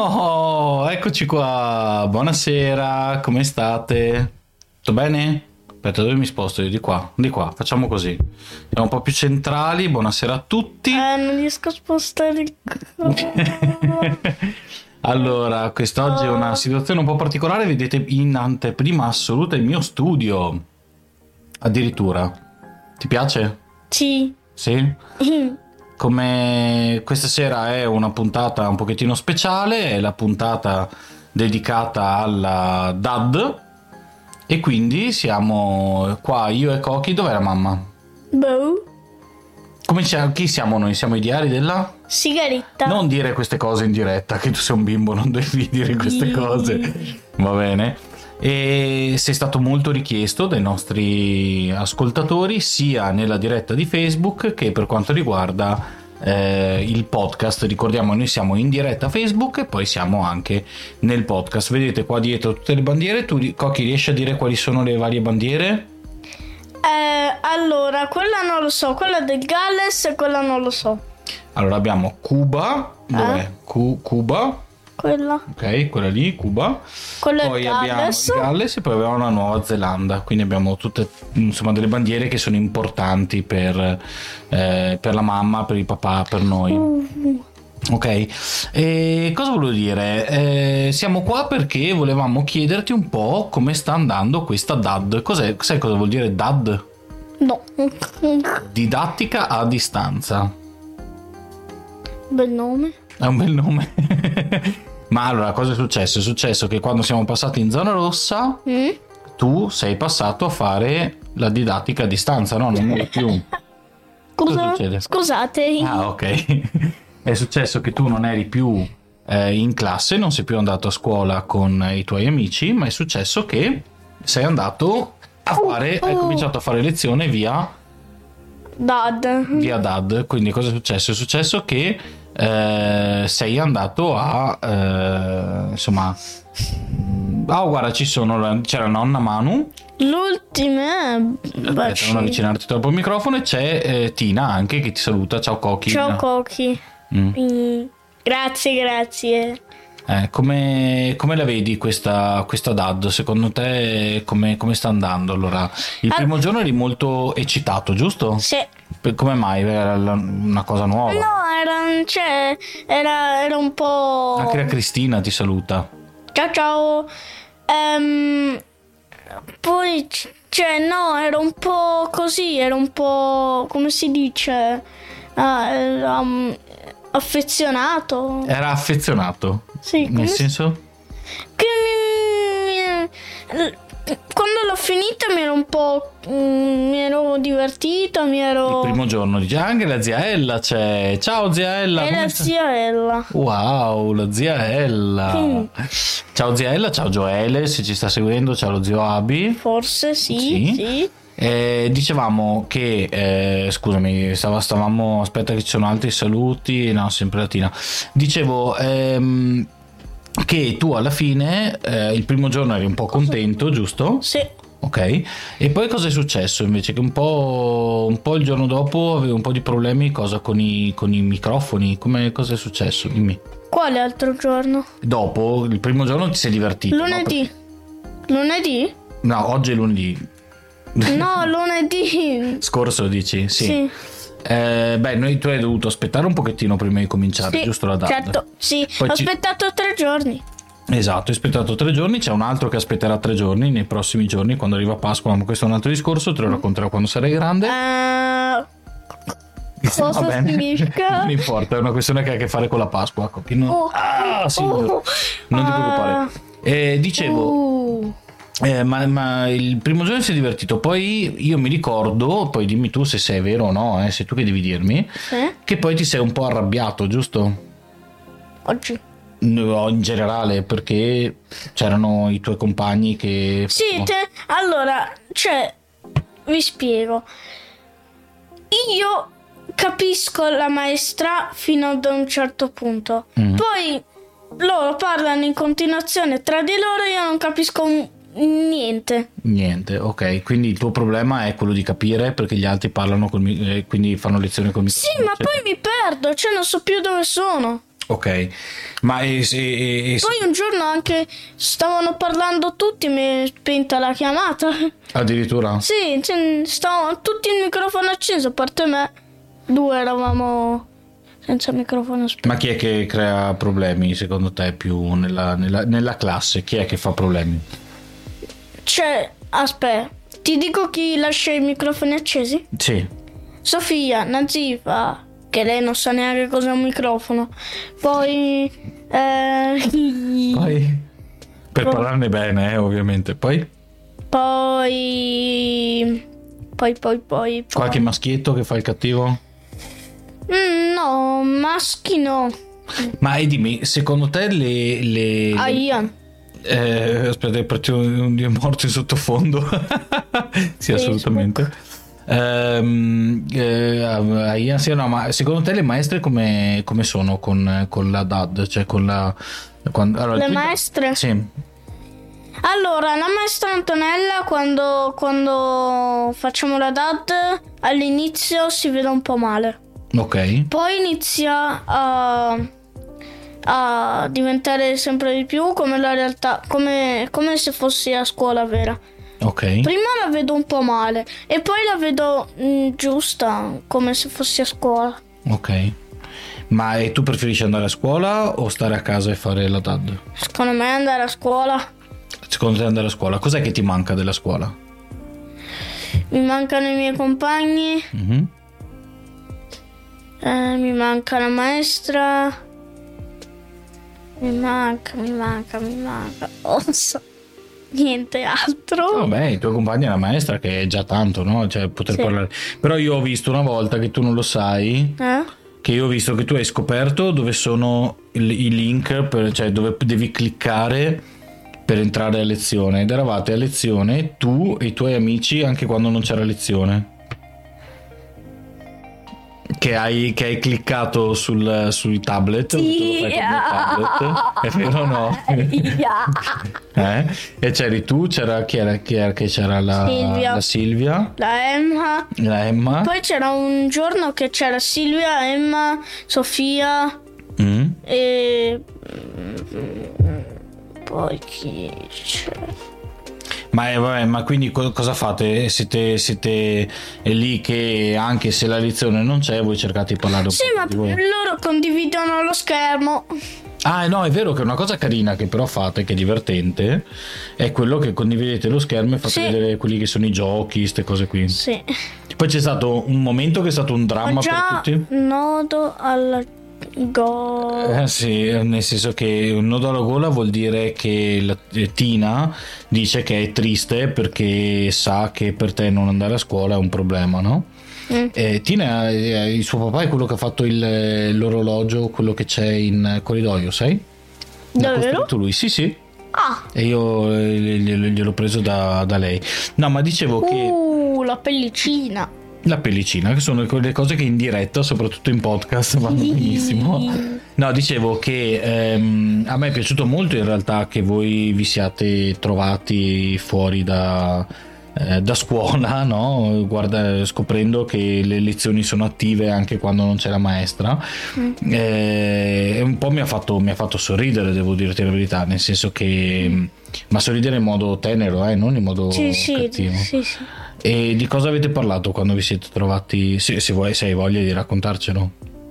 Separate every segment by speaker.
Speaker 1: Oh, eccoci qua. Buonasera, come state? Tutto bene? Aspetta, dove mi sposto io? Di qua, di qua. Facciamo così. Siamo un po' più centrali. Buonasera a tutti.
Speaker 2: Eh, non riesco a spostare il coso.
Speaker 1: Allora, quest'oggi è una situazione un po' particolare. Vedete in anteprima assoluta il mio studio. Addirittura. Ti piace?
Speaker 2: Sì.
Speaker 1: Sì? come questa sera è una puntata un pochettino speciale, è la puntata dedicata alla DAD e quindi siamo qua io e Koki, dov'è la mamma?
Speaker 2: Boh.
Speaker 1: Come c'è- chi siamo noi? Siamo i diari della?
Speaker 2: Sigaretta.
Speaker 1: Non dire queste cose in diretta, che tu sei un bimbo, non devi dire queste cose. Va bene. E sei stato molto richiesto dai nostri ascoltatori, sia nella diretta di Facebook che per quanto riguarda eh, il podcast. Ricordiamo, noi siamo in diretta Facebook e poi siamo anche nel podcast. Vedete qua dietro tutte le bandiere. Tu, ri- Cocchi, riesci a dire quali sono le varie bandiere?
Speaker 2: Eh, allora, quella non lo so. Quella del Galles, quella non lo so.
Speaker 1: Allora abbiamo Cuba, dov'è?
Speaker 2: Eh?
Speaker 1: Cu- Cuba,
Speaker 2: Quella.
Speaker 1: ok, quella lì, Cuba.
Speaker 2: Quella
Speaker 1: poi
Speaker 2: del
Speaker 1: abbiamo il
Speaker 2: Galles.
Speaker 1: Galles e poi abbiamo la Nuova Zelanda quindi abbiamo tutte insomma delle bandiere che sono importanti per, eh, per la mamma per il papà per noi
Speaker 2: Uh,
Speaker 1: ok e cosa volevo dire Eh, siamo qua perché volevamo chiederti un po' come sta andando questa DAD Cos'è, sai cosa vuol dire DAD?
Speaker 2: no.
Speaker 1: didattica a distanza
Speaker 2: Bel nome.
Speaker 1: È un bel nome. Ma allora, cosa è successo? È successo che quando siamo passati in zona rossa,
Speaker 2: Mm?
Speaker 1: tu sei passato a fare la didattica a distanza, no? Non muovi più. Cosa succede?
Speaker 2: Scusate.
Speaker 1: Ah, ok. È successo che tu non eri più eh, in classe, non sei più andato a scuola con i tuoi amici, ma è successo che sei andato a fare, hai cominciato a fare lezione via
Speaker 2: Dad.
Speaker 1: via DAD. Quindi cosa è successo? È successo che eh, sei andato a eh, insomma. Ah, guarda, ci sono la- c'è la nonna Manu.
Speaker 2: L'ultima è...
Speaker 1: Aspetta, Eh, non avvicinarti troppo al microfono. E c'è eh, Tina anche che ti saluta. Ciao, Cochi.
Speaker 2: Ciao, Cochi.
Speaker 1: Mm.
Speaker 2: Mm. Grazie, grazie.
Speaker 1: Eh, come, come la vedi questa, questa DAD? Secondo te, come, come sta andando? Allora, il
Speaker 2: Ah.
Speaker 1: primo giorno eri molto eccitato, giusto?
Speaker 2: Se...
Speaker 1: Per- Come mai? Era la- una cosa nuova.
Speaker 2: No, era, cioè, era, era un po'...
Speaker 1: Anche la Cristina ti saluta.
Speaker 2: Ciao ciao. Ehm, poi, c- cioè, no, era un po' così, era un po', come si dice, Ah, era, mm, affezionato.
Speaker 1: Era affezionato.
Speaker 2: Sì, come
Speaker 1: Eh, Nel
Speaker 2: si-
Speaker 1: senso?
Speaker 2: che mi- mi- quando l'ho finita mi ero un po'... mm, mi ero divertito, mi
Speaker 1: Il
Speaker 2: ero...
Speaker 1: primo giorno dice anche la zia Ella c'è. Ciao zia Ella.
Speaker 2: E
Speaker 1: come
Speaker 2: la
Speaker 1: sta-"
Speaker 2: zia Ella.
Speaker 1: Wow, la zia Ella.
Speaker 2: Mm.
Speaker 1: Ciao zia Ella, ciao Joele, se ci sta seguendo, ciao lo zio Abi.
Speaker 2: Forse
Speaker 1: Sì.
Speaker 2: sì, sì.
Speaker 1: Eh, dicevamo che, eh, scusami, stava- stavamo, aspetta che ci sono altri saluti, no, sempre Latina. Dicevo ehm, che tu alla fine, eh, il primo giorno eri un po' contento, giusto?
Speaker 2: Sì.
Speaker 1: Ok, e poi cosa è successo invece? Che un po', un po' il giorno dopo avevo un po' di problemi cosa con, i, con i microfoni, come cosa è successo? Dimmi.
Speaker 2: Quale altro giorno?
Speaker 1: Dopo, il primo giorno ti sei divertito. no?
Speaker 2: Lunedì. Lunedì?
Speaker 1: Per- No, oggi è lunedì,
Speaker 2: No, lunedì.
Speaker 1: scorso dici? Sì.
Speaker 2: Sì.
Speaker 1: Eh, beh, noi tu hai dovuto aspettare un pochettino prima di cominciare,
Speaker 2: Sì,
Speaker 1: giusto la data?
Speaker 2: Certo, sì.
Speaker 1: Poi
Speaker 2: Ho
Speaker 1: ci-
Speaker 2: aspettato tre giorni.
Speaker 1: Esatto, hai aspettato tre giorni, c'è un altro che aspetterà tre giorni nei prossimi giorni quando arriva Pasqua, ma questo è un altro discorso, te lo racconterò quando sarai grande.
Speaker 2: Eh, cosa
Speaker 1: Va bene.
Speaker 2: significa?
Speaker 1: Non importa, è una questione che ha a che fare con la Pasqua. ecco, che non-
Speaker 2: Oh.
Speaker 1: Ah, sì,
Speaker 2: Oh.
Speaker 1: non ti
Speaker 2: Ah.
Speaker 1: preoccupare. Eh, dicevo,
Speaker 2: uh,
Speaker 1: eh, ma, ma il primo giorno si è divertito, poi io mi ricordo, poi dimmi tu se sei vero o no, eh, sei tu che devi dirmi,
Speaker 2: eh?
Speaker 1: che poi ti sei un po' arrabbiato, giusto?
Speaker 2: Oggi.
Speaker 1: No, in generale, perché c'erano i tuoi compagni che...
Speaker 2: Sì, te- allora, cioè, vi spiego. Io capisco la maestra fino ad un certo punto.
Speaker 1: Mm.
Speaker 2: Poi loro parlano in continuazione tra di loro e io non capisco un- niente.
Speaker 1: Niente, ok. Quindi il tuo problema è quello di capire perché gli altri parlano col mi- eh, quindi fanno lezione col
Speaker 2: Sì, certo.
Speaker 1: microfono.
Speaker 2: ma
Speaker 1: eccetera.
Speaker 2: cioè, poi mi perdo, cioè non so più dove sono.
Speaker 1: Ok, ma e, se- e- e-
Speaker 2: Poi un giorno anche stavano parlando tutti, mi è spenta la chiamata.
Speaker 1: addirittura?
Speaker 2: Sì, cioè, stavano tutti il microfono acceso, a parte me. Due eravamo senza microfono spento.
Speaker 1: Ma chi è che crea problemi secondo te più nella, nella- nella classe? Chi è che fa problemi?
Speaker 2: Cioè, aspetta, ti dico chi lascia i microfoni accesi?
Speaker 1: Sì,
Speaker 2: Sofia, Nazifa, che lei non sa neanche cos'è un microfono. Poi... Eh,
Speaker 1: poi per parlarne bene, eh, ovviamente. Poi
Speaker 2: poi... Poi, poi, poi...
Speaker 1: qualche maschietto che fa il cattivo?
Speaker 2: Mm, no, maschi no.
Speaker 1: Ma e dimmi, secondo te le. le-
Speaker 2: Ah, Ian.
Speaker 1: eh, aspetta, è partito un dio morto in sottofondo. sì, assolutamente. Ehm, eh, ah, Ian, sì, no, ma secondo te le maestre come, come sono con, con la DAD? Cioè con la. quando- allora, il
Speaker 2: Le
Speaker 1: quinto-
Speaker 2: maestre?
Speaker 1: Sì,
Speaker 2: Allora, la maestra Antonella, quando, quando facciamo la DAD, all'inizio si vede un po' male.
Speaker 1: ok.
Speaker 2: Poi inizia a, a diventare sempre di più come la realtà, come, come se fossi a scuola vera.
Speaker 1: Ok.
Speaker 2: Prima la vedo un po' male e poi la vedo mm, giusta, come se fossi a scuola.
Speaker 1: Ok. Ma e tu preferisci andare a scuola o stare a casa e fare la DAD?
Speaker 2: Secondo me andare a scuola
Speaker 1: Secondo te andare a scuola, cos'è che ti manca della scuola?
Speaker 2: mi mancano i miei compagni,
Speaker 1: Mhm.
Speaker 2: eh, mi manca la maestra. Mi manca, mi manca, mi manca. Oh, Non so niente altro.
Speaker 1: Vabbè, i tuoi compagni e la maestra che è già tanto, no? Cioè, poter
Speaker 2: Sì.
Speaker 1: parlare. Però io ho visto una volta che tu non lo sai,
Speaker 2: Eh?
Speaker 1: che io ho visto che tu hai scoperto dove sono il- i link, per- cioè dove devi cliccare per entrare a lezione. Ed eravate a lezione tu e i tuoi amici anche quando non c'era lezione. Che hai, che hai cliccato sul, sui tablet, ho avuto-
Speaker 2: Sì.
Speaker 1: ecco, il mio tablet. è vero o Eh, no? Eh? E c'eri tu, c'era chi era, chi era che c'era la
Speaker 2: Silvia.
Speaker 1: la Silvia,
Speaker 2: La Emma.
Speaker 1: la Emma.
Speaker 2: Poi c'era un giorno che c'era Silvia, Emma, Sofia
Speaker 1: Mm.
Speaker 2: e... mm, Poi chi c'era?
Speaker 1: Ma, eh, vabbè, ma quindi co- cosa fate? Siete, siete lì che anche se la lezione non c'è, voi cercate di parlare un
Speaker 2: Sì,
Speaker 1: po'
Speaker 2: ma
Speaker 1: di voi.
Speaker 2: loro condividono lo schermo.
Speaker 1: Ah, no, è vero che una cosa carina che però fate, che è divertente, è quello che condividete lo schermo e fate
Speaker 2: Sì.
Speaker 1: vedere quelli che sono i giochi, queste cose qui.
Speaker 2: Sì.
Speaker 1: Poi c'è stato un momento che è stato un dramma
Speaker 2: Ho già
Speaker 1: per tutti.
Speaker 2: nodo al go.
Speaker 1: Eh sì, nel senso che un nodo alla gola vuol dire che la- eh, Tina dice che è triste perché sa che per te non andare a scuola è un problema, no?
Speaker 2: Mm.
Speaker 1: Eh, Tina, eh, il suo papà è quello che ha fatto il- eh, l'orologio, quello che c'è in corridoio, sai? L'ha
Speaker 2: Davvero?
Speaker 1: costruito lui, sì sì.
Speaker 2: Ah,
Speaker 1: E io eh, glielo- gliel'ho preso da, da lei. No, ma dicevo che...
Speaker 2: uh, la pellicina.
Speaker 1: La pellicina, che sono quelle cose che in diretta, soprattutto in podcast, vanno benissimo. No, dicevo che ehm, a me è piaciuto molto in realtà che voi vi siate trovati fuori da, eh, da scuola, no? Guarda- scoprendo che le lezioni sono attive anche quando non c'è la maestra.
Speaker 2: Mm.
Speaker 1: Eh, E un po' mi ha, fatto, mi ha fatto sorridere, devo dirti la verità, nel senso che... mm, Ma sorridere in modo tenero, eh, non in modo
Speaker 2: Sì, sì,
Speaker 1: cattivo.
Speaker 2: sì, sì.
Speaker 1: E di cosa avete parlato quando vi siete trovati? Se, se vuoi, se hai voglia di raccontarcelo.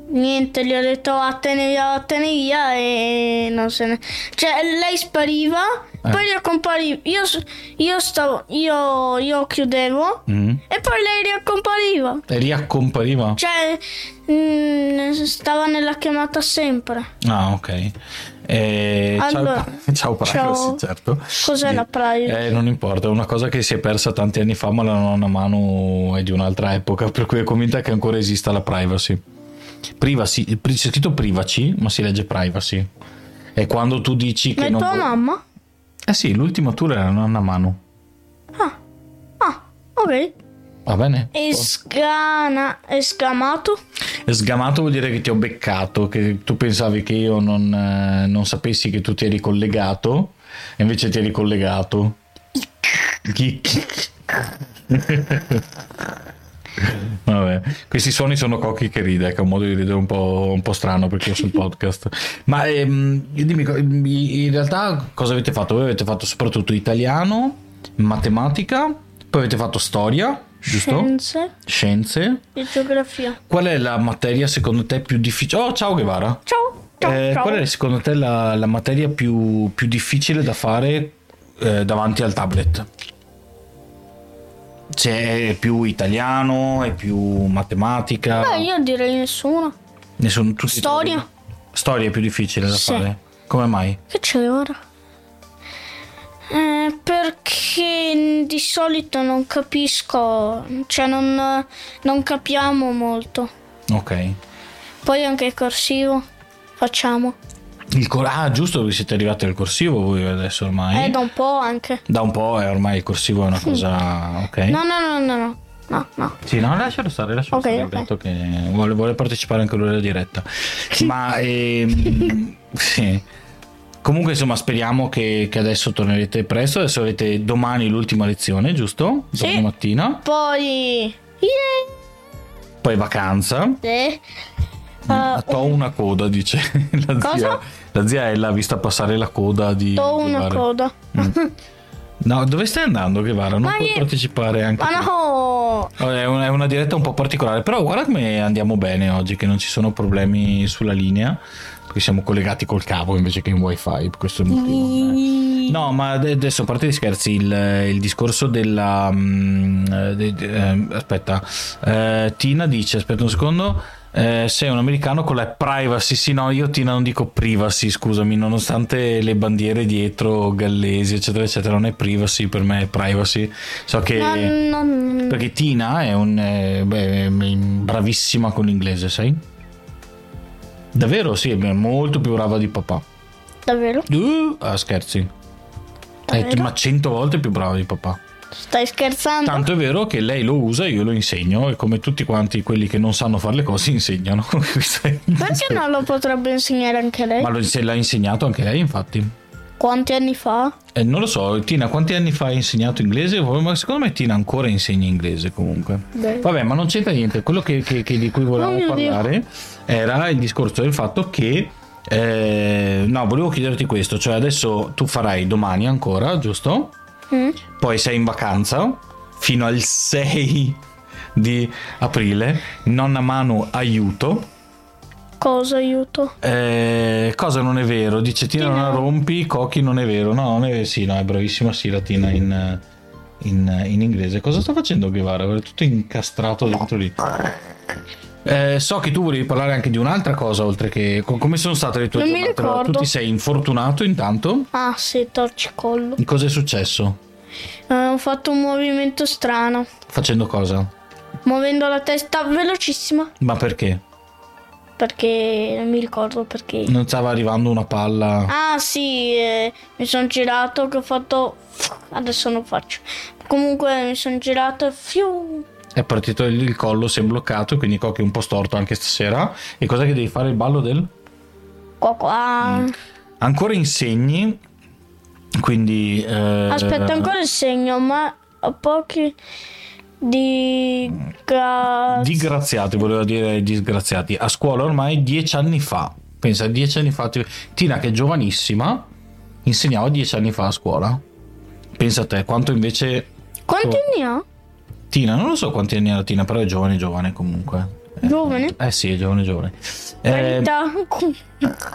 Speaker 2: Niente, gli ho detto vattene via, vattene via e non se ne... Cioè, lei spariva,
Speaker 1: Eh.
Speaker 2: poi riacompariva. Io, s- io stavo... Io, io chiudevo
Speaker 1: Mm.
Speaker 2: e poi lei riaccompariva.
Speaker 1: E riaccompariva?
Speaker 2: Cioè, mm, stava nella chiamata sempre.
Speaker 1: Ah, ok. Eh,
Speaker 2: Allora,
Speaker 1: ciao, ciao privacy,
Speaker 2: ciao.
Speaker 1: certo.
Speaker 2: Cos'è la privacy?
Speaker 1: Eh, non importa, è una cosa che si è persa tanti anni fa, ma la nonna Manu è di un'altra epoca, per cui è convinta che ancora esista la privacy. Privacy, pri- c'è scritto privacy, ma si legge privacy. È quando tu dici
Speaker 2: Ma
Speaker 1: che
Speaker 2: è
Speaker 1: non
Speaker 2: tua
Speaker 1: vuoi-
Speaker 2: mamma?
Speaker 1: Eh sì, l'ultima tour era la nonna Manu.
Speaker 2: Ah, ah, ok.
Speaker 1: Va bene?
Speaker 2: E scana... E scamato?
Speaker 1: Sgamato vuol dire che ti ho beccato, che tu pensavi che io non, eh, non sapessi che tu ti eri collegato, e invece ti eri collegato. Chi- chi- Va Vabbè. Questi suoni sono Cocchi che ride, che è un modo di ridere un po', un po strano perché sul podcast. Ma ehm, dimmi, in realtà cosa avete fatto? Voi avete fatto soprattutto italiano, matematica, poi avete fatto storia, giusto?
Speaker 2: Scienze
Speaker 1: Scienze.
Speaker 2: e geografia.
Speaker 1: Qual è la materia secondo te più difficile? Oh, ciao Guevara.
Speaker 2: Ciao, ciao,
Speaker 1: Eh,
Speaker 2: ciao.
Speaker 1: Qual è secondo te la, la materia più, più difficile da fare eh, davanti al tablet? Cioè, è più italiano, è più matematica?
Speaker 2: Beh, io direi nessuna.
Speaker 1: Ne sono tutti
Speaker 2: Storia.
Speaker 1: Storia è più difficile da
Speaker 2: Sì.
Speaker 1: fare? Come mai?
Speaker 2: Che c'è ora? Eh, perché di solito non capisco, cioè non, non capiamo molto.
Speaker 1: Ok.
Speaker 2: Poi anche il corsivo facciamo.
Speaker 1: Il cor- ah, giusto, perché siete arrivati al corsivo voi adesso ormai.
Speaker 2: Eh, da un po' anche.
Speaker 1: Da un po' è ormai il corsivo è una cosa... Ok.
Speaker 2: No, no, no, no, no, no, no.
Speaker 1: Sì, no, lascialo stare, lascialo
Speaker 2: Ok,
Speaker 1: stare.
Speaker 2: ok.
Speaker 1: Ho detto che vuole, vuole partecipare anche lui alla diretta. Ma ehm, sì. Comunque, insomma, speriamo che, che adesso tornerete presto. Adesso avete domani l'ultima lezione, giusto?
Speaker 2: Sì.
Speaker 1: Domani mattina.
Speaker 2: Poi... Yeah!
Speaker 1: Poi vacanza.
Speaker 2: Eh,
Speaker 1: Ah, T'ho una coda, dice la
Speaker 2: Cosa?
Speaker 1: zia. La zia Ella ha vista passare la coda di.
Speaker 2: ho
Speaker 1: di
Speaker 2: una
Speaker 1: Vara.
Speaker 2: coda.
Speaker 1: No, dove stai andando, Guevara? Non
Speaker 2: Ma
Speaker 1: puoi
Speaker 2: io-
Speaker 1: partecipare anche.
Speaker 2: Ma
Speaker 1: tu.
Speaker 2: no!
Speaker 1: È una, è una diretta un po' particolare, però guarda come andiamo bene oggi, che non ci sono problemi sulla linea, qui siamo collegati col cavo invece che in wifi, questo è il motivo. No, ma ad- adesso a parte gli scherzi, il, il discorso della... mm, eh, de- de- eh, aspetta, Eh, Tina dice, aspetta un secondo, eh, sei un americano con la privacy, sì no, io Tina non dico privacy, scusami, nonostante le bandiere dietro gallesi, eccetera, eccetera, non è privacy, per me è privacy. So che...
Speaker 2: No, no, no.
Speaker 1: Perché Tina è un eh, beh, è bravissima con l'inglese, sai? Davvero sì, è molto più brava di papà.
Speaker 2: Davvero?
Speaker 1: Uh, ah, scherzi. È
Speaker 2: Davvero?
Speaker 1: ma cento volte più brava di papà.
Speaker 2: Stai scherzando?
Speaker 1: Tanto è vero che lei lo usa e io lo insegno e come tutti quanti quelli che non sanno fare le cose insegnano. Questo eh. è-
Speaker 2: Perché non lo potrebbe insegnare anche lei?
Speaker 1: Ma lo, se l'ha insegnato anche lei infatti.
Speaker 2: Quanti anni fa?
Speaker 1: Eh, non lo so, Tina, quanti anni fa hai insegnato inglese? Ma secondo me Tina ancora insegna inglese comunque.
Speaker 2: Beh.
Speaker 1: Vabbè, ma non c'entra niente. Quello che, che- che- di cui
Speaker 2: Oh
Speaker 1: volevamo
Speaker 2: mio Dio.
Speaker 1: parlare era il discorso del fatto che. eh, no, volevo chiederti questo. Cioè, adesso tu farai domani ancora, giusto?
Speaker 2: Mm?
Speaker 1: Poi sei in vacanza fino al 6 di aprile. Nonna Manu, aiuto.
Speaker 2: Cosa aiuto?
Speaker 1: Eh, cosa non è vero? Dice Tina non la
Speaker 2: Tina.
Speaker 1: rompi, Cochi non è vero. No, non è vero. Sì, no, è bravissima sì, la Tina in, in- in inglese. Cosa sta facendo Guevara? È tutto incastrato dentro lì. Eh, so che tu volevi parlare anche di un'altra cosa, oltre che... co- come sono state le tue
Speaker 2: Non mi
Speaker 1: giornate? Allora, Tu
Speaker 2: ricordo.
Speaker 1: ti sei infortunato intanto?
Speaker 2: Ah sì, torcicollo.
Speaker 1: Cosa è successo?
Speaker 2: Eh, ho fatto un movimento strano,
Speaker 1: Facendo cosa?
Speaker 2: muovendo la testa velocissima,
Speaker 1: Ma perché?
Speaker 2: perché non mi ricordo perché.
Speaker 1: Non stava arrivando una palla...
Speaker 2: Ah sì, eh, mi sono girato che ho fatto... Adesso non faccio. Comunque mi sono girato e... Fiu.
Speaker 1: È partito il, il collo, si è bloccato, quindi Cochi è un po' storto anche stasera. E cosa che devi fare il ballo del...
Speaker 2: Qua qua.
Speaker 1: Mm. ancora insegni quindi eh,
Speaker 2: Aspetta ancora il segno, ma ho pochi di... Ga...
Speaker 1: disgraziati voleva dire disgraziati a scuola ormai dieci anni fa pensa dieci anni fa ti- Tina che è giovanissima insegnava dieci anni fa a scuola pensa a te quanto invece
Speaker 2: Quanti anni ha?
Speaker 1: Tina non lo so quanti anni era Tina però è giovane giovane comunque
Speaker 2: Giovane?
Speaker 1: eh sì è giovane giovane eh,
Speaker 2: Verità.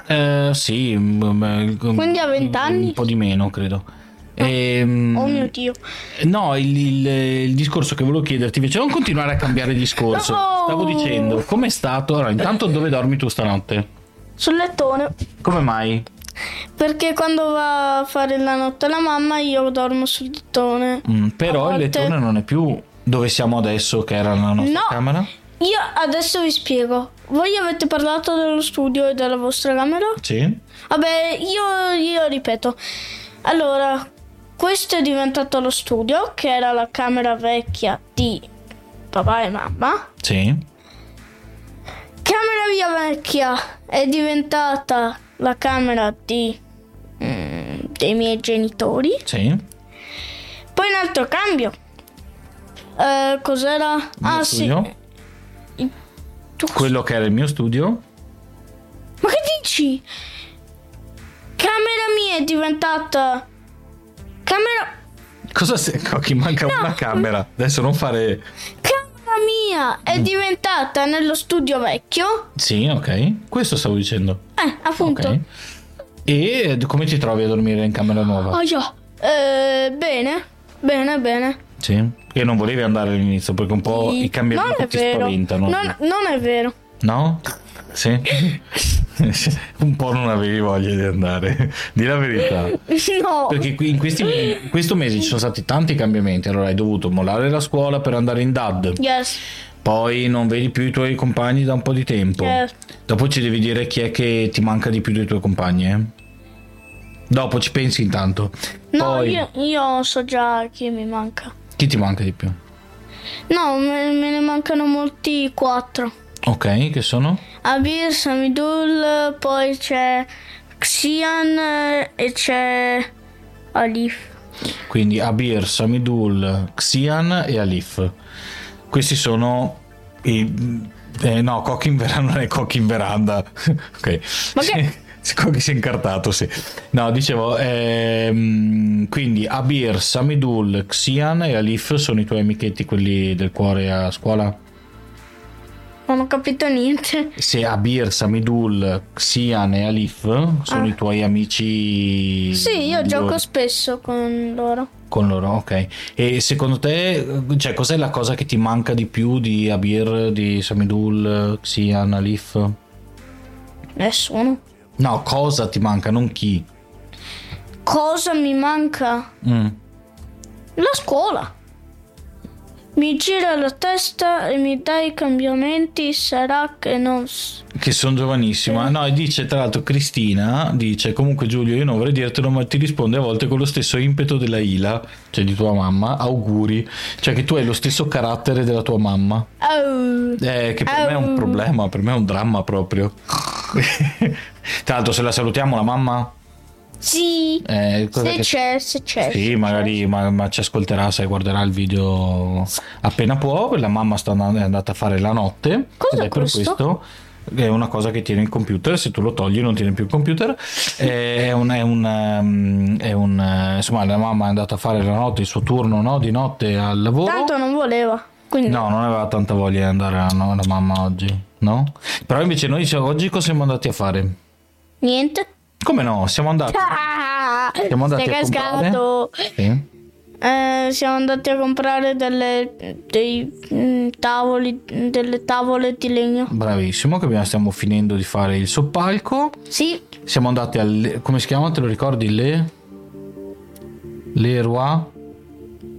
Speaker 1: eh, sì mm,
Speaker 2: Quindi ha 20 anni?
Speaker 1: un po' di meno credo Ehm,
Speaker 2: Oh mio dio.
Speaker 1: No, il, il- il discorso che volevo chiederti invece, non continuare a cambiare discorso.
Speaker 2: No!
Speaker 1: Stavo dicendo, com'è stato? Allora, intanto dove dormi tu stanotte?
Speaker 2: Sul lettone.
Speaker 1: Come mai?
Speaker 2: Perché quando va a fare la notte la mamma io dormo sul lettone.
Speaker 1: Mm, però
Speaker 2: A
Speaker 1: il
Speaker 2: volte-
Speaker 1: lettone non è più dove siamo adesso, che era la nostra
Speaker 2: No.
Speaker 1: camera.
Speaker 2: Io adesso vi spiego. Voi avete parlato dello studio e della vostra camera?
Speaker 1: Sì.
Speaker 2: Vabbè, io, io ripeto. Allora, questo è diventato lo studio, che era la camera vecchia di papà e mamma.
Speaker 1: Sì.
Speaker 2: Camera mia vecchia è diventata la camera di, mm, dei miei genitori.
Speaker 1: Sì.
Speaker 2: Poi un altro cambio. Eh, cos'era?
Speaker 1: Nello
Speaker 2: ah,
Speaker 1: studio?
Speaker 2: sì. Tu cosa-
Speaker 1: quello che era il mio studio.
Speaker 2: Ma che dici? Camera mia è diventata... Camera...
Speaker 1: Cosa sei? Cocchi, manca una camera. Adesso non fare.
Speaker 2: Camera mia
Speaker 1: Mm.
Speaker 2: è diventata nello studio vecchio.
Speaker 1: Sì, ok. Questo stavo dicendo.
Speaker 2: Eh, appunto.
Speaker 1: Ok. E come ti trovi a dormire in camera nuova?
Speaker 2: Ah, già. Eh, bene, bene, bene.
Speaker 1: Sì. Che non volevi andare all'inizio perché un po' Oh, i
Speaker 2: Non
Speaker 1: cambiamenti
Speaker 2: è
Speaker 1: ti
Speaker 2: vero.
Speaker 1: spaventano.
Speaker 2: Non, non è vero.
Speaker 1: No? Sì. un po' non avevi voglia di andare. Di la verità.
Speaker 2: No.
Speaker 1: Perché qui- in, questi, in questo mese ci sono stati tanti cambiamenti. Allora hai dovuto mollare la scuola per andare in DAD.
Speaker 2: Yes.
Speaker 1: Poi non vedi più i tuoi compagni da un po' di tempo.
Speaker 2: Eh.
Speaker 1: Dopo ci devi dire chi è che ti manca di più dei tuoi compagni. eh. Dopo ci pensi intanto.
Speaker 2: No,
Speaker 1: Poi
Speaker 2: io, io so già chi mi manca.
Speaker 1: chi ti manca di più?
Speaker 2: No, me, me ne mancano molti quattro.
Speaker 1: Ok, che sono?
Speaker 2: Abir, Samidul, poi c'è Xian eh, e c'è Alif.
Speaker 1: Quindi Abir, Samidul, Xian e Alif. Questi sono i... eh, no, Cocchi in veranda non è Cocchi in veranda. ok.
Speaker 2: Ma che-
Speaker 1: Sì, Cocchi si è incartato, sì. No, dicevo, ehm, quindi Abir, Samidul, Xian e Alif sono i tuoi amichetti, quelli del cuore a scuola?
Speaker 2: Non ho capito niente.
Speaker 1: Se Abir, Samidul, Xian e Alif sono
Speaker 2: Ah.
Speaker 1: i tuoi amici...
Speaker 2: Sì, io
Speaker 1: migliori.
Speaker 2: gioco spesso con loro.
Speaker 1: Con loro, ok. E secondo te, cioè, cos'è la cosa che ti manca di più di Abir, di Samidul, Xian, Alif?
Speaker 2: Nessuno.
Speaker 1: No, cosa ti manca, non chi.
Speaker 2: Cosa mi manca?
Speaker 1: Mm.
Speaker 2: La scuola. Mi gira la testa e mi dai i cambiamenti, sarà che non... s-
Speaker 1: Che sono
Speaker 2: Eh.
Speaker 1: giovanissima. No, e dice tra l'altro Cristina, dice comunque Giulio, io non vorrei dirtelo, ma ti risponde a volte con lo stesso impeto della Ila, cioè di tua mamma, auguri, cioè che tu hai lo stesso carattere della tua mamma.
Speaker 2: Oh.
Speaker 1: Eh, che per me è un
Speaker 2: Au.
Speaker 1: problema, per me è un dramma proprio. Tra l'altro, se la salutiamo la mamma,
Speaker 2: Sì.
Speaker 1: eh, cosa
Speaker 2: Se
Speaker 1: che-
Speaker 2: c'è, se c'è. se
Speaker 1: Sì,
Speaker 2: c'è.
Speaker 1: magari ma, ma ci ascolterà se guarderà il video appena può. La mamma sta andando- è andata a fare la notte.
Speaker 2: Cos'è
Speaker 1: ed è per
Speaker 2: questo?
Speaker 1: questo che è una cosa che tiene il computer. Se tu lo togli, non tiene più il computer. Eh, È un, è un, ehm, è un, eh, insomma, la mamma è andata a fare la notte, il suo turno no, di notte al lavoro.
Speaker 2: Tanto non voleva. Quindi...
Speaker 1: boh. No, non aveva tanta voglia di andare a- no, la mamma oggi, no? Però invece noi cioè, oggi cosa siamo andati a fare?
Speaker 2: Niente.
Speaker 1: Come no? Siamo andati...
Speaker 2: Ah,
Speaker 1: Siamo andati
Speaker 2: sei
Speaker 1: a comprare?
Speaker 2: cascato.
Speaker 1: Sì?
Speaker 2: Eh, siamo andati a comprare delle, dei mm, tavoli, delle tavole di legno.
Speaker 1: Bravissimo, che abbiamo- stiamo finendo di fare il soppalco.
Speaker 2: Sì,
Speaker 1: Siamo andati al... come si chiama? Te lo ricordi? Le... Le Roi?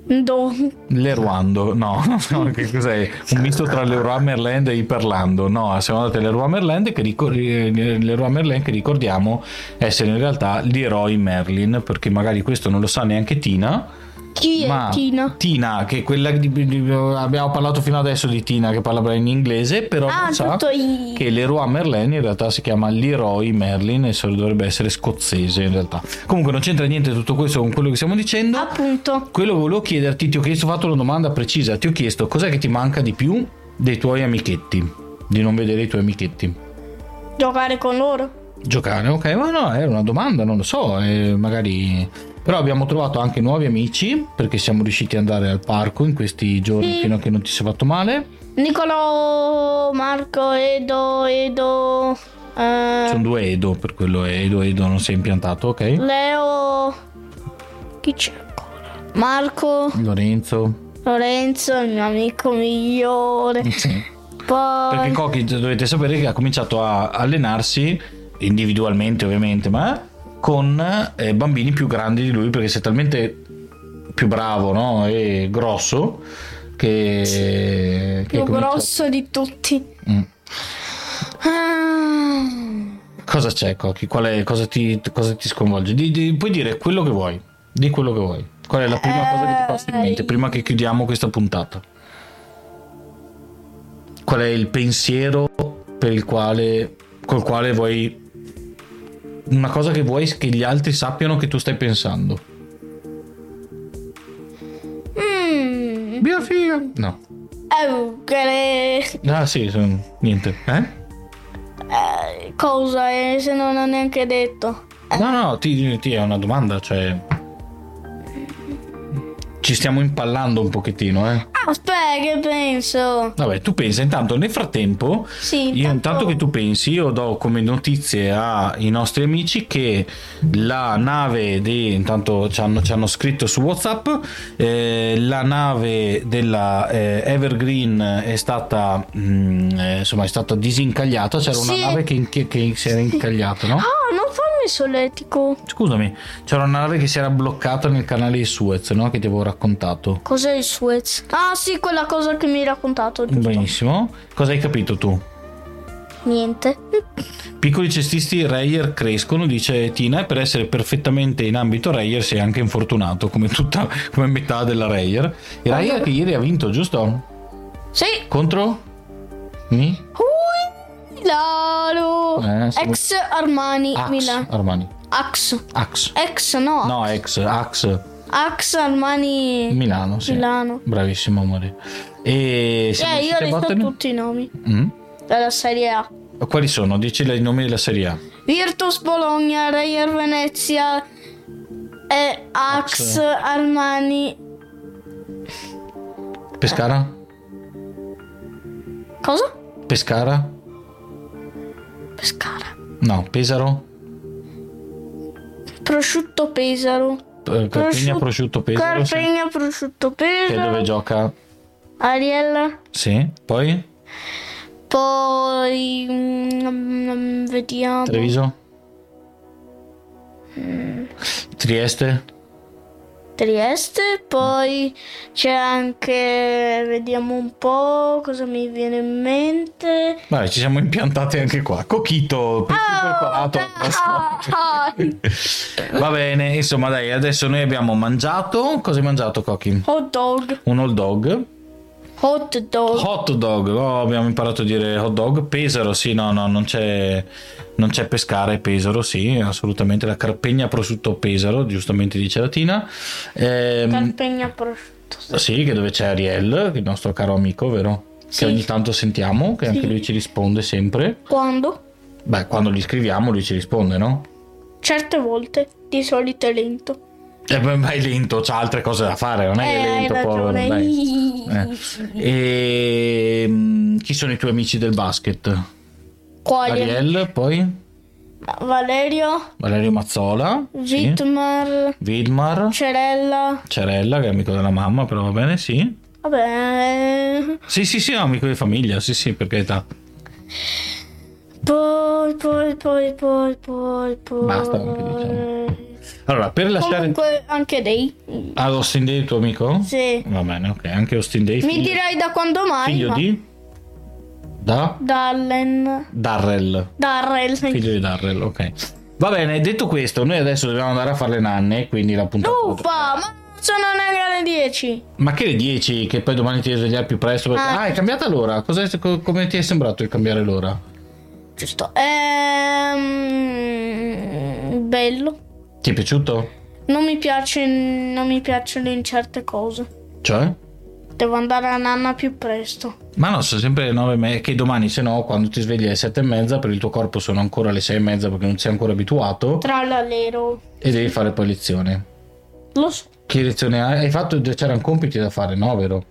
Speaker 2: no.
Speaker 1: Le Ruando, no, no, che cos'è? Un misto tra le Roi Merland e Iperlando. No, siamo andati alle Roi Merland che, ricor- eh, le Roi Merlin che ricordiamo essere in realtà gli eroi Merlin, perché magari questo non lo sa neanche Tina.
Speaker 2: Chi è
Speaker 1: Ma
Speaker 2: Tina?
Speaker 1: Tina, che è quella di, di- abbiamo parlato fino adesso di Tina che parla bene in inglese, però
Speaker 2: Ah,
Speaker 1: non sa
Speaker 2: tutto i-
Speaker 1: che l'eroe Merlin in realtà si chiama Leroy Merlin e se- dovrebbe essere scozzese in realtà. Comunque non c'entra niente tutto questo con quello che stiamo dicendo.
Speaker 2: Appunto.
Speaker 1: Quello che volevo chiederti, ti ho chiesto, ho fatto una domanda precisa, ti ho chiesto cos'è che ti manca di più dei tuoi amichetti, di non vedere i tuoi amichetti.
Speaker 2: Giocare con loro.
Speaker 1: Giocare, ok, ma no, era una domanda, non lo so, eh, magari... Però abbiamo trovato anche nuovi amici perché siamo riusciti ad andare al parco in questi giorni
Speaker 2: Sì.
Speaker 1: fino a che non ti sei fatto male.
Speaker 2: Nicolò, Marco, Edo, Edo, eh,
Speaker 1: Sono due Edo, per quello Edo, Edo non si è impiantato, ok?
Speaker 2: Leo, chi c'è ancora? Marco,
Speaker 1: Lorenzo.
Speaker 2: Lorenzo, il mio amico migliore.
Speaker 1: Sì. Mm. Perché
Speaker 2: Poi,
Speaker 1: Koki dovete sapere che ha cominciato a allenarsi individualmente ovviamente, ma con eh, bambini più grandi di lui perché sei talmente più bravo no? e grosso che... che
Speaker 2: più
Speaker 1: comincia-
Speaker 2: grosso di tutti.
Speaker 1: Mm.
Speaker 2: Ah.
Speaker 1: Cosa c'è Koki? Qual è- cosa, ti, cosa ti sconvolge? Di- di- puoi dire quello che vuoi, di quello che vuoi. Qual è la prima cosa che ti passa in mente
Speaker 2: Eh,
Speaker 1: prima che chiudiamo questa puntata? Qual è il pensiero per il quale, col quale vuoi... Una cosa che vuoi che gli altri sappiano che tu stai pensando.
Speaker 2: Mm.
Speaker 1: Via figa! No.
Speaker 2: Eh, Eucare.
Speaker 1: Ah sì, son- niente. Eh?
Speaker 2: Eh, cosa eh, se non ho neanche detto?
Speaker 1: No, no, ti, ti è una domanda, cioè... Ci stiamo impallando un pochettino, eh?
Speaker 2: Ah, aspetta, che penso?
Speaker 1: Vabbè, tu pensa, intanto nel frattempo
Speaker 2: Sì,
Speaker 1: Io intanto che tu pensi, io do come notizie ai nostri amici che la nave di, intanto ci hanno, ci hanno scritto su Whatsapp, eh, la nave della eh, Evergreen è stata, mm, eh, insomma, è stata disincagliata, c'era
Speaker 2: Sì.
Speaker 1: una nave che, che- che si era incagliata, no?
Speaker 2: Ah, non farmi solletico.
Speaker 1: Scusami, c'era una nave che si era bloccata nel canale di Suez, no? Che ti avevo raccontato.
Speaker 2: Cos'è il Suez? Ah, sì, quella cosa che mi hai raccontato, giusto?
Speaker 1: Benissimo, cosa hai capito tu?
Speaker 2: Niente.
Speaker 1: Piccoli cestisti Reyer crescono, dice Tina, e per essere perfettamente in ambito Reyer sei anche infortunato, come, tutta, come metà della Reyer. E Reyer che ieri ha vinto, giusto?
Speaker 2: Sì.
Speaker 1: Contro? Mi?
Speaker 2: Ui, Milano.
Speaker 1: Eh, sì.
Speaker 2: Ex Armani
Speaker 1: Ax.
Speaker 2: Milano.
Speaker 1: Armani.
Speaker 2: Ax.
Speaker 1: Ax.
Speaker 2: Ex no.
Speaker 1: No, ex. Ax.
Speaker 2: Ax Armani
Speaker 1: Milano, sì.
Speaker 2: Milano.
Speaker 1: Bravissimo, amore. E se
Speaker 2: Eh, io
Speaker 1: riuscite
Speaker 2: ho
Speaker 1: a
Speaker 2: letto
Speaker 1: batterli-
Speaker 2: tutti i nomi
Speaker 1: Mm?
Speaker 2: della Serie A.
Speaker 1: Quali sono? Dici i nomi della Serie A.
Speaker 2: Virtus Bologna, Reyer Venezia, e
Speaker 1: Ax.
Speaker 2: Ax, Armani.
Speaker 1: Pescara?
Speaker 2: Cosa?
Speaker 1: Pescara?
Speaker 2: Pescara.
Speaker 1: No, Pesaro?
Speaker 2: Prosciutto Pesaro.
Speaker 1: Eh, Carpegna, prosciutto Pesaro? sì.
Speaker 2: Carpegna, prosciutto
Speaker 1: Che è
Speaker 2: Pesaro.
Speaker 1: dove gioca?
Speaker 2: Ariella.
Speaker 1: Sì. Poi?
Speaker 2: Poi mm, mm, vediamo.
Speaker 1: Treviso? Eh. Trieste?
Speaker 2: Trieste, poi
Speaker 1: Mm.
Speaker 2: c'è anche vediamo un po' cosa mi viene in mente.
Speaker 1: Vabbè, ci siamo impiantati anche qua. Cochito, per
Speaker 2: Oh,
Speaker 1: tutto il quadrato.
Speaker 2: Ah, dai.
Speaker 1: Va bene, insomma, dai, adesso noi abbiamo mangiato. Cosa hai mangiato, Cochi?
Speaker 2: hot dog,
Speaker 1: Un hot dog.
Speaker 2: hot dog.
Speaker 1: Hot dog, oh, abbiamo imparato a dire hot dog. Pesaro, sì, no, no, non c'è, non c'è pescare. Pesaro, sì, assolutamente. La carpegna prosciutto Pesaro, giustamente dice Latina. Ehm,
Speaker 2: Carpegna prosciutto.
Speaker 1: Sì, che dove c'è Ariel, il nostro caro amico, vero?
Speaker 2: Sì.
Speaker 1: Che ogni tanto sentiamo, che anche
Speaker 2: Sì.
Speaker 1: lui ci risponde sempre.
Speaker 2: Quando?
Speaker 1: Beh, quando gli scriviamo lui ci risponde, no?
Speaker 2: Certe volte, di solito è lento.
Speaker 1: E beh, ma è lento, c'ha altre cose da fare, non è che
Speaker 2: Eh,
Speaker 1: è
Speaker 2: hai
Speaker 1: lento, povero.
Speaker 2: ragione.
Speaker 1: dai. Eh. E mm, chi sono i tuoi amici del basket?
Speaker 2: Quali?
Speaker 1: Ariel, poi
Speaker 2: Valerio,
Speaker 1: Valerio Mazzola, sì.
Speaker 2: Wittmer,
Speaker 1: Vidmar,
Speaker 2: Cerella.
Speaker 1: Cerella, che è amico della mamma, però va bene, sì.
Speaker 2: Vabbè. eh,
Speaker 1: Sì, sì, sì, è un amico di famiglia, sì, sì, per carità.
Speaker 2: Poi, poi, poi, poi, poi, poi.
Speaker 1: Basta, anche diciamo. Allora, per lasciare...
Speaker 2: Comunque anche dei.
Speaker 1: Ah, Austin Day, tuo amico?
Speaker 2: Sì.
Speaker 1: Va bene, ok. Anche Austin Day.
Speaker 2: Mi
Speaker 1: figlio,
Speaker 2: dirai da quando mai?
Speaker 1: figlio
Speaker 2: ma-
Speaker 1: di? Da?
Speaker 2: Dallen.
Speaker 1: Darrell.
Speaker 2: Darrell.
Speaker 1: Figlio di Darrell, ok. Va bene, detto questo, noi adesso dobbiamo andare a fare le nanne, quindi la puntata...
Speaker 2: Uh, Uffa, ma sono neanche le 10.
Speaker 1: Ma che le 10 che poi domani ti devi svegliare più presto? Perché...
Speaker 2: Ah.
Speaker 1: Ah, è cambiata l'ora. Cos'è- co- come ti è sembrato il cambiare l'ora?
Speaker 2: Giusto. Ehm, bello.
Speaker 1: Ti è piaciuto?
Speaker 2: Non mi, piace, non mi piacciono in certe cose.
Speaker 1: Cioè?
Speaker 2: Devo andare a nanna più presto.
Speaker 1: Ma no, sono sempre le 9 e me- che domani, se no, quando ti svegli alle 7 e mezza, per il tuo corpo sono ancora le 6 e mezza perché non sei ancora abituato
Speaker 2: Tra l'alero.
Speaker 1: e devi fare poi lezione.
Speaker 2: Lo so.
Speaker 1: Che lezione hai? Hai fatto? C'erano compiti da fare, no, vero?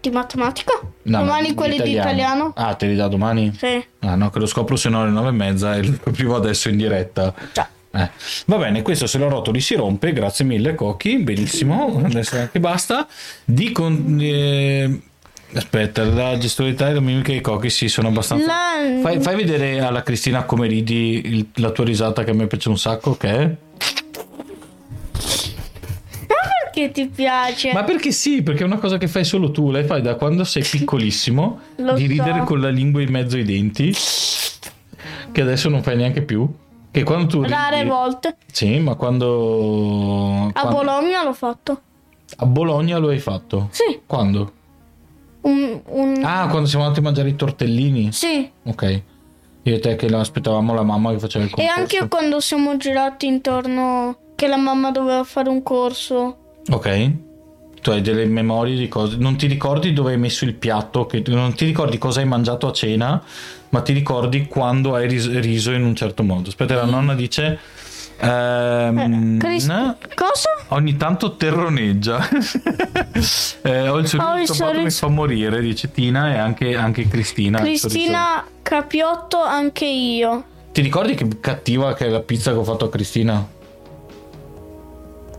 Speaker 2: Di matematica?
Speaker 1: No,
Speaker 2: Domani
Speaker 1: no,
Speaker 2: quelli di italiano?
Speaker 1: Ah, te li dà domani?
Speaker 2: Sì.
Speaker 1: Ah, no, che lo scopro se no alle nove e mezza e lo scoprivo adesso in diretta.
Speaker 2: Già.
Speaker 1: Eh, Va bene, questo se lo rotoli si rompe, grazie mille Cocchi, benissimo, adesso anche basta. Di con- eh, Aspetta, la gestualità e la mimica dei Cocchi sì, sono abbastanza...
Speaker 2: La-
Speaker 1: Fai, fai vedere alla Cristina come ridi il- la tua risata che a me piace un sacco, che è...
Speaker 2: Ma perché ti piace?
Speaker 1: Ma perché sì, perché è una cosa che fai solo tu, lei fai da quando sei piccolissimo,
Speaker 2: Lo
Speaker 1: di
Speaker 2: so.
Speaker 1: ridere con la lingua in mezzo ai denti, che adesso non fai neanche più. Che quando tu...
Speaker 2: Rare
Speaker 1: ridi-
Speaker 2: volte.
Speaker 1: Sì, ma quando...
Speaker 2: A
Speaker 1: quan-
Speaker 2: Bologna l'ho fatto.
Speaker 1: a Bologna lo hai fatto.
Speaker 2: Sì.
Speaker 1: Quando?
Speaker 2: Un, un-
Speaker 1: Ah, quando siamo andati a mangiare i tortellini.
Speaker 2: Sì.
Speaker 1: Ok. Io e te che aspettavamo la mamma che faceva il
Speaker 2: E
Speaker 1: concorso.
Speaker 2: anche quando siamo girati intorno che la mamma doveva fare un corso.
Speaker 1: Ok. tu hai delle memorie di cose, non ti ricordi dove hai messo il piatto, che- non ti ricordi cosa hai mangiato a cena, ma ti ricordi quando hai ris- riso in un certo modo. Aspetta, la nonna dice... ehm,
Speaker 2: Cris- Eh, cosa?
Speaker 1: Ogni tanto terroneggia. Eh, ho il sorriso
Speaker 2: Ho il
Speaker 1: tappato, mi
Speaker 2: sorriso-
Speaker 1: fa morire, dice Tina e anche, anche Cristina. ha il sorriso.
Speaker 2: Cristina Capiotto, anche io.
Speaker 1: Ti ricordi che cattiva che è la pizza che ho fatto a Cristina?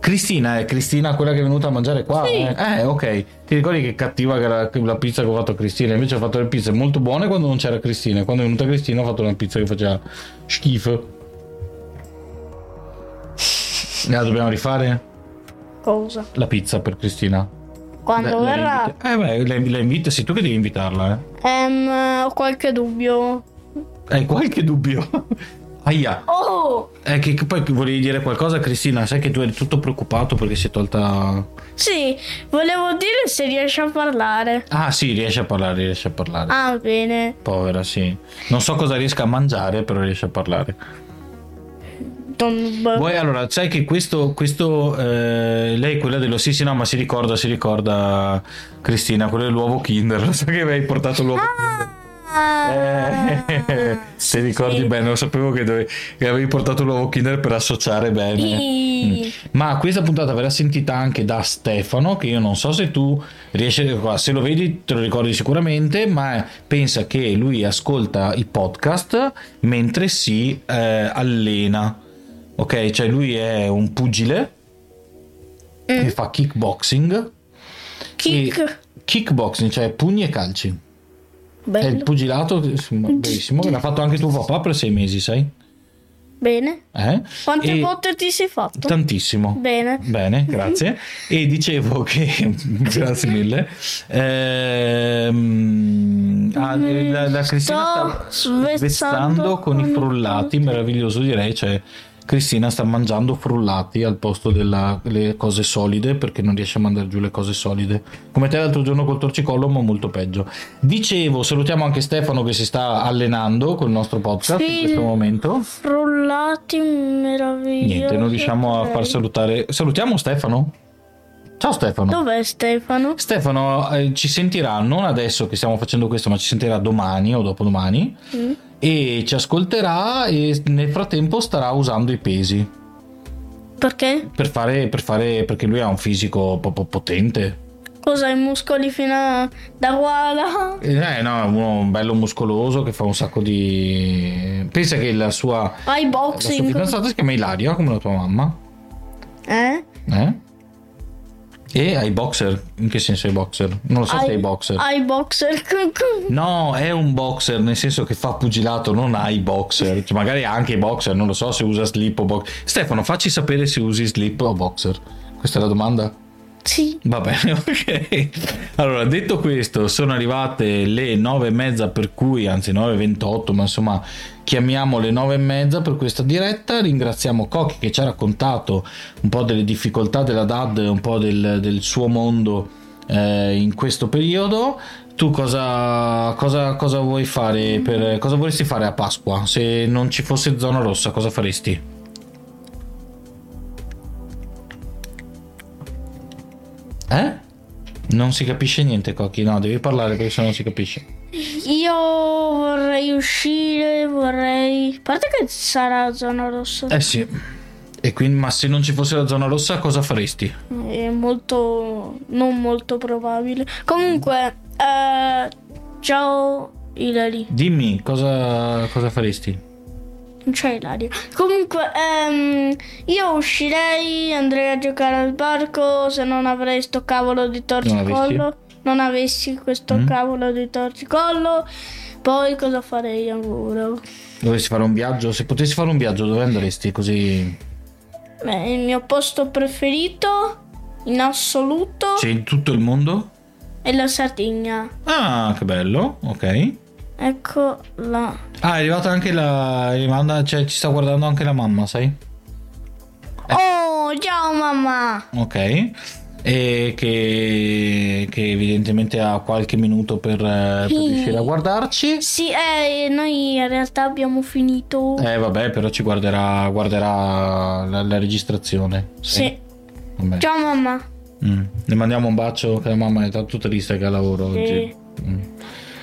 Speaker 1: Cristina è Cristina quella che è venuta a mangiare qua.
Speaker 2: Sì.
Speaker 1: Eh, Eh, ok. Ti ricordi che cattiva che era la pizza che ho fatto a Cristina? Invece ho fatto le pizze molto buone quando non c'era Cristina. Quando è venuta Cristina ho fatto una pizza che faceva schifo. La dobbiamo rifare?
Speaker 2: Cosa?
Speaker 1: La pizza per Cristina.
Speaker 2: Quando
Speaker 1: Le- le
Speaker 2: verrà?
Speaker 1: inviti- Eh beh, la, la inviti- sei tu che devi invitarla, eh.
Speaker 2: Ehm, ho qualche dubbio.
Speaker 1: Hai qualche dubbio? Aia.
Speaker 2: Oh!
Speaker 1: È Eh, che che poi volevi dire qualcosa, Cristina? Sai che tu eri tutto preoccupato perché si è tolta.
Speaker 2: Sì, volevo dire se riesce a parlare.
Speaker 1: Ah, sì, riesce a parlare, riesce a parlare.
Speaker 2: Ah, bene.
Speaker 1: Povera, sì. Non so cosa riesca a mangiare, però riesce a parlare.
Speaker 2: Non-
Speaker 1: Vuoi allora, sai che questo. questo eh, lei, quella dello sì, sì, no, ma si ricorda, si ricorda, Cristina, quello è l'uovo Kinder. Lo so che mi hai portato l'uovo Kinder.
Speaker 2: Ah!
Speaker 1: Eh, se ricordi
Speaker 2: Sì.
Speaker 1: bene, lo sapevo che, dove- che avevi portato l'uovo Kinder per associare bene.
Speaker 2: Sì.
Speaker 1: Ma questa puntata verrà sentita anche da Stefano, che io non so se tu riesci, se lo vedi te lo ricordi sicuramente, ma pensa che lui ascolta i podcast mentre si eh, allena. Ok, cioè lui è un pugile che fa kickboxing.
Speaker 2: Mm. Kick.
Speaker 1: E- kickboxing, cioè pugni e calci. È il
Speaker 2: Bello.
Speaker 1: pugilato, insomma, bellissimo, che l'ha fatto anche tuo papà per sei mesi, sai?
Speaker 2: Bene.
Speaker 1: Eh?
Speaker 2: Quante
Speaker 1: E-
Speaker 2: volte ti sei fatto?
Speaker 1: Tantissimo.
Speaker 2: Esatto. Bene.
Speaker 1: Bene, grazie. E dicevo che, grazie mille, ehm, ah, la, la Cristina
Speaker 2: Mm, Sto
Speaker 1: sta
Speaker 2: svezzando
Speaker 1: svezzando con i
Speaker 2: con i
Speaker 1: frullati, meraviglioso direi, cioè Cristina sta mangiando frullati al posto delle cose solide perché non riesce a mandare giù le cose solide. Come te l'altro giorno col torcicollo, ma molto peggio. Dicevo, salutiamo anche Stefano che si sta allenando col nostro podcast in
Speaker 2: Sì.
Speaker 1: questo momento.
Speaker 2: Frullati meravigliosi.
Speaker 1: Niente, non riusciamo a
Speaker 2: Ok.
Speaker 1: far salutare. Salutiamo Stefano. Ciao Stefano.
Speaker 2: Dov'è Stefano?
Speaker 1: Stefano eh, ci sentirà non adesso che stiamo facendo questo, ma ci sentirà domani o dopodomani
Speaker 2: Mm.
Speaker 1: e ci ascolterà e nel frattempo starà usando i pesi
Speaker 2: Perché?
Speaker 1: per fare, per fare perché lui ha un fisico proprio potente.
Speaker 2: Cosa i muscoli fino a... da qua a là?
Speaker 1: Eh no, è uno bello muscoloso che fa un sacco di... Pensa che la sua,
Speaker 2: Ai
Speaker 1: la sua
Speaker 2: boxing.
Speaker 1: fidanzata si chiama Ilaria come la tua mamma.
Speaker 2: Eh?
Speaker 1: Eh? E ai boxer? In che senso ai boxer? Non lo so se ai boxer.
Speaker 2: Ai boxer.
Speaker 1: No, è un boxer, nel senso che fa pugilato, non ai boxer. Cioè, magari anche ai boxer, non lo so se usa slip o boxer. Stefano, facci sapere se usi slip o boxer. Questa è la domanda?
Speaker 2: sì.
Speaker 1: Va bene, ok. Allora, detto questo, sono arrivate le nove e mezza per cui, anzi 9.28, ma insomma chiamiamo le nove e mezza per questa diretta. Ringraziamo Cocchi che ci ha raccontato un po' delle difficoltà della DAD, un po' del, del suo mondo eh, in questo periodo. Tu cosa, cosa, cosa vuoi fare? Per, cosa vorresti fare a Pasqua? Se non ci fosse zona rossa, cosa faresti? Eh? Non si capisce niente, Cocchi. No, devi parlare perché sennò non si capisce.
Speaker 2: Io vorrei uscire, vorrei... A parte che sarà zona rossa.
Speaker 1: Eh sì. E quindi, ma se non ci fosse la zona rossa, cosa faresti?
Speaker 2: È molto... non molto probabile. Comunque, eh, ciao Ilari.
Speaker 1: Dimmi cosa, cosa faresti?
Speaker 2: Non c'è Ilaria. Comunque, ehm, io uscirei, andrei a giocare al parco se non avrei sto cavolo di torcicollo. Non avessi questo
Speaker 1: Mm.
Speaker 2: cavolo di torcicollo. Poi cosa farei ancora?
Speaker 1: Dovessi fare un viaggio? Se potessi fare un viaggio, dove andresti? Così.
Speaker 2: Beh, il mio posto preferito in assoluto
Speaker 1: C'è in tutto il mondo?
Speaker 2: è la Sardegna.
Speaker 1: Ah, che bello, ok.
Speaker 2: Ecco la...
Speaker 1: Ah, è arrivata anche la. è arrivata- cioè, ci sta guardando anche la mamma, sai?
Speaker 2: Oh, ciao mamma!
Speaker 1: Ok. E che, che evidentemente ha qualche minuto per, eh, per
Speaker 2: Sì.
Speaker 1: riuscire a guardarci.
Speaker 2: Sì, eh, noi in realtà abbiamo finito.
Speaker 1: Eh vabbè, però ci guarderà, guarderà la, la registrazione.
Speaker 2: Sì. Cioè,
Speaker 1: Vabbè.
Speaker 2: Ciao mamma.
Speaker 1: Mm. Le mandiamo un bacio che la mamma è tanto triste che ha lavoro
Speaker 2: Sì.
Speaker 1: oggi. Mm.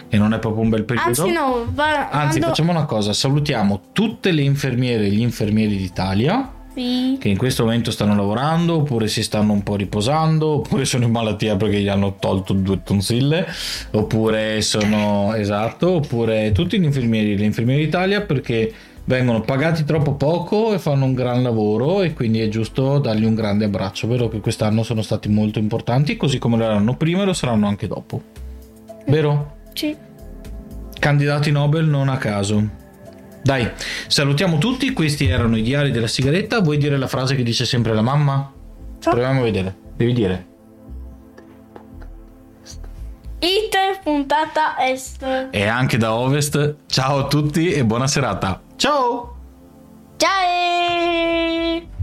Speaker 1: E non è proprio un bel periodo.
Speaker 2: Anzi, no, va,
Speaker 1: Anzi,
Speaker 2: mando-
Speaker 1: facciamo una cosa, salutiamo tutte le infermiere e gli infermieri d'Italia
Speaker 2: Sì.
Speaker 1: che in questo momento stanno lavorando oppure si stanno un po' riposando oppure sono in malattia perché gli hanno tolto due tonsille oppure sono esatto oppure tutti gli infermieri gli infermieri d'Italia perché vengono pagati troppo poco e fanno un gran lavoro e quindi è giusto dargli un grande abbraccio vero che quest'anno sono stati molto importanti così come lo erano prima e lo saranno anche dopo vero?
Speaker 2: Sì.
Speaker 1: Candidati Nobel non a caso. Dai, salutiamo tutti, questi erano i diari della sigaretta. Vuoi dire la frase che dice sempre la mamma?
Speaker 2: Ciao.
Speaker 1: Proviamo a vedere. Devi dire.
Speaker 2: Ite puntata est.
Speaker 1: E anche da Ovest, ciao a tutti e buona serata. Ciao!
Speaker 2: Ciao!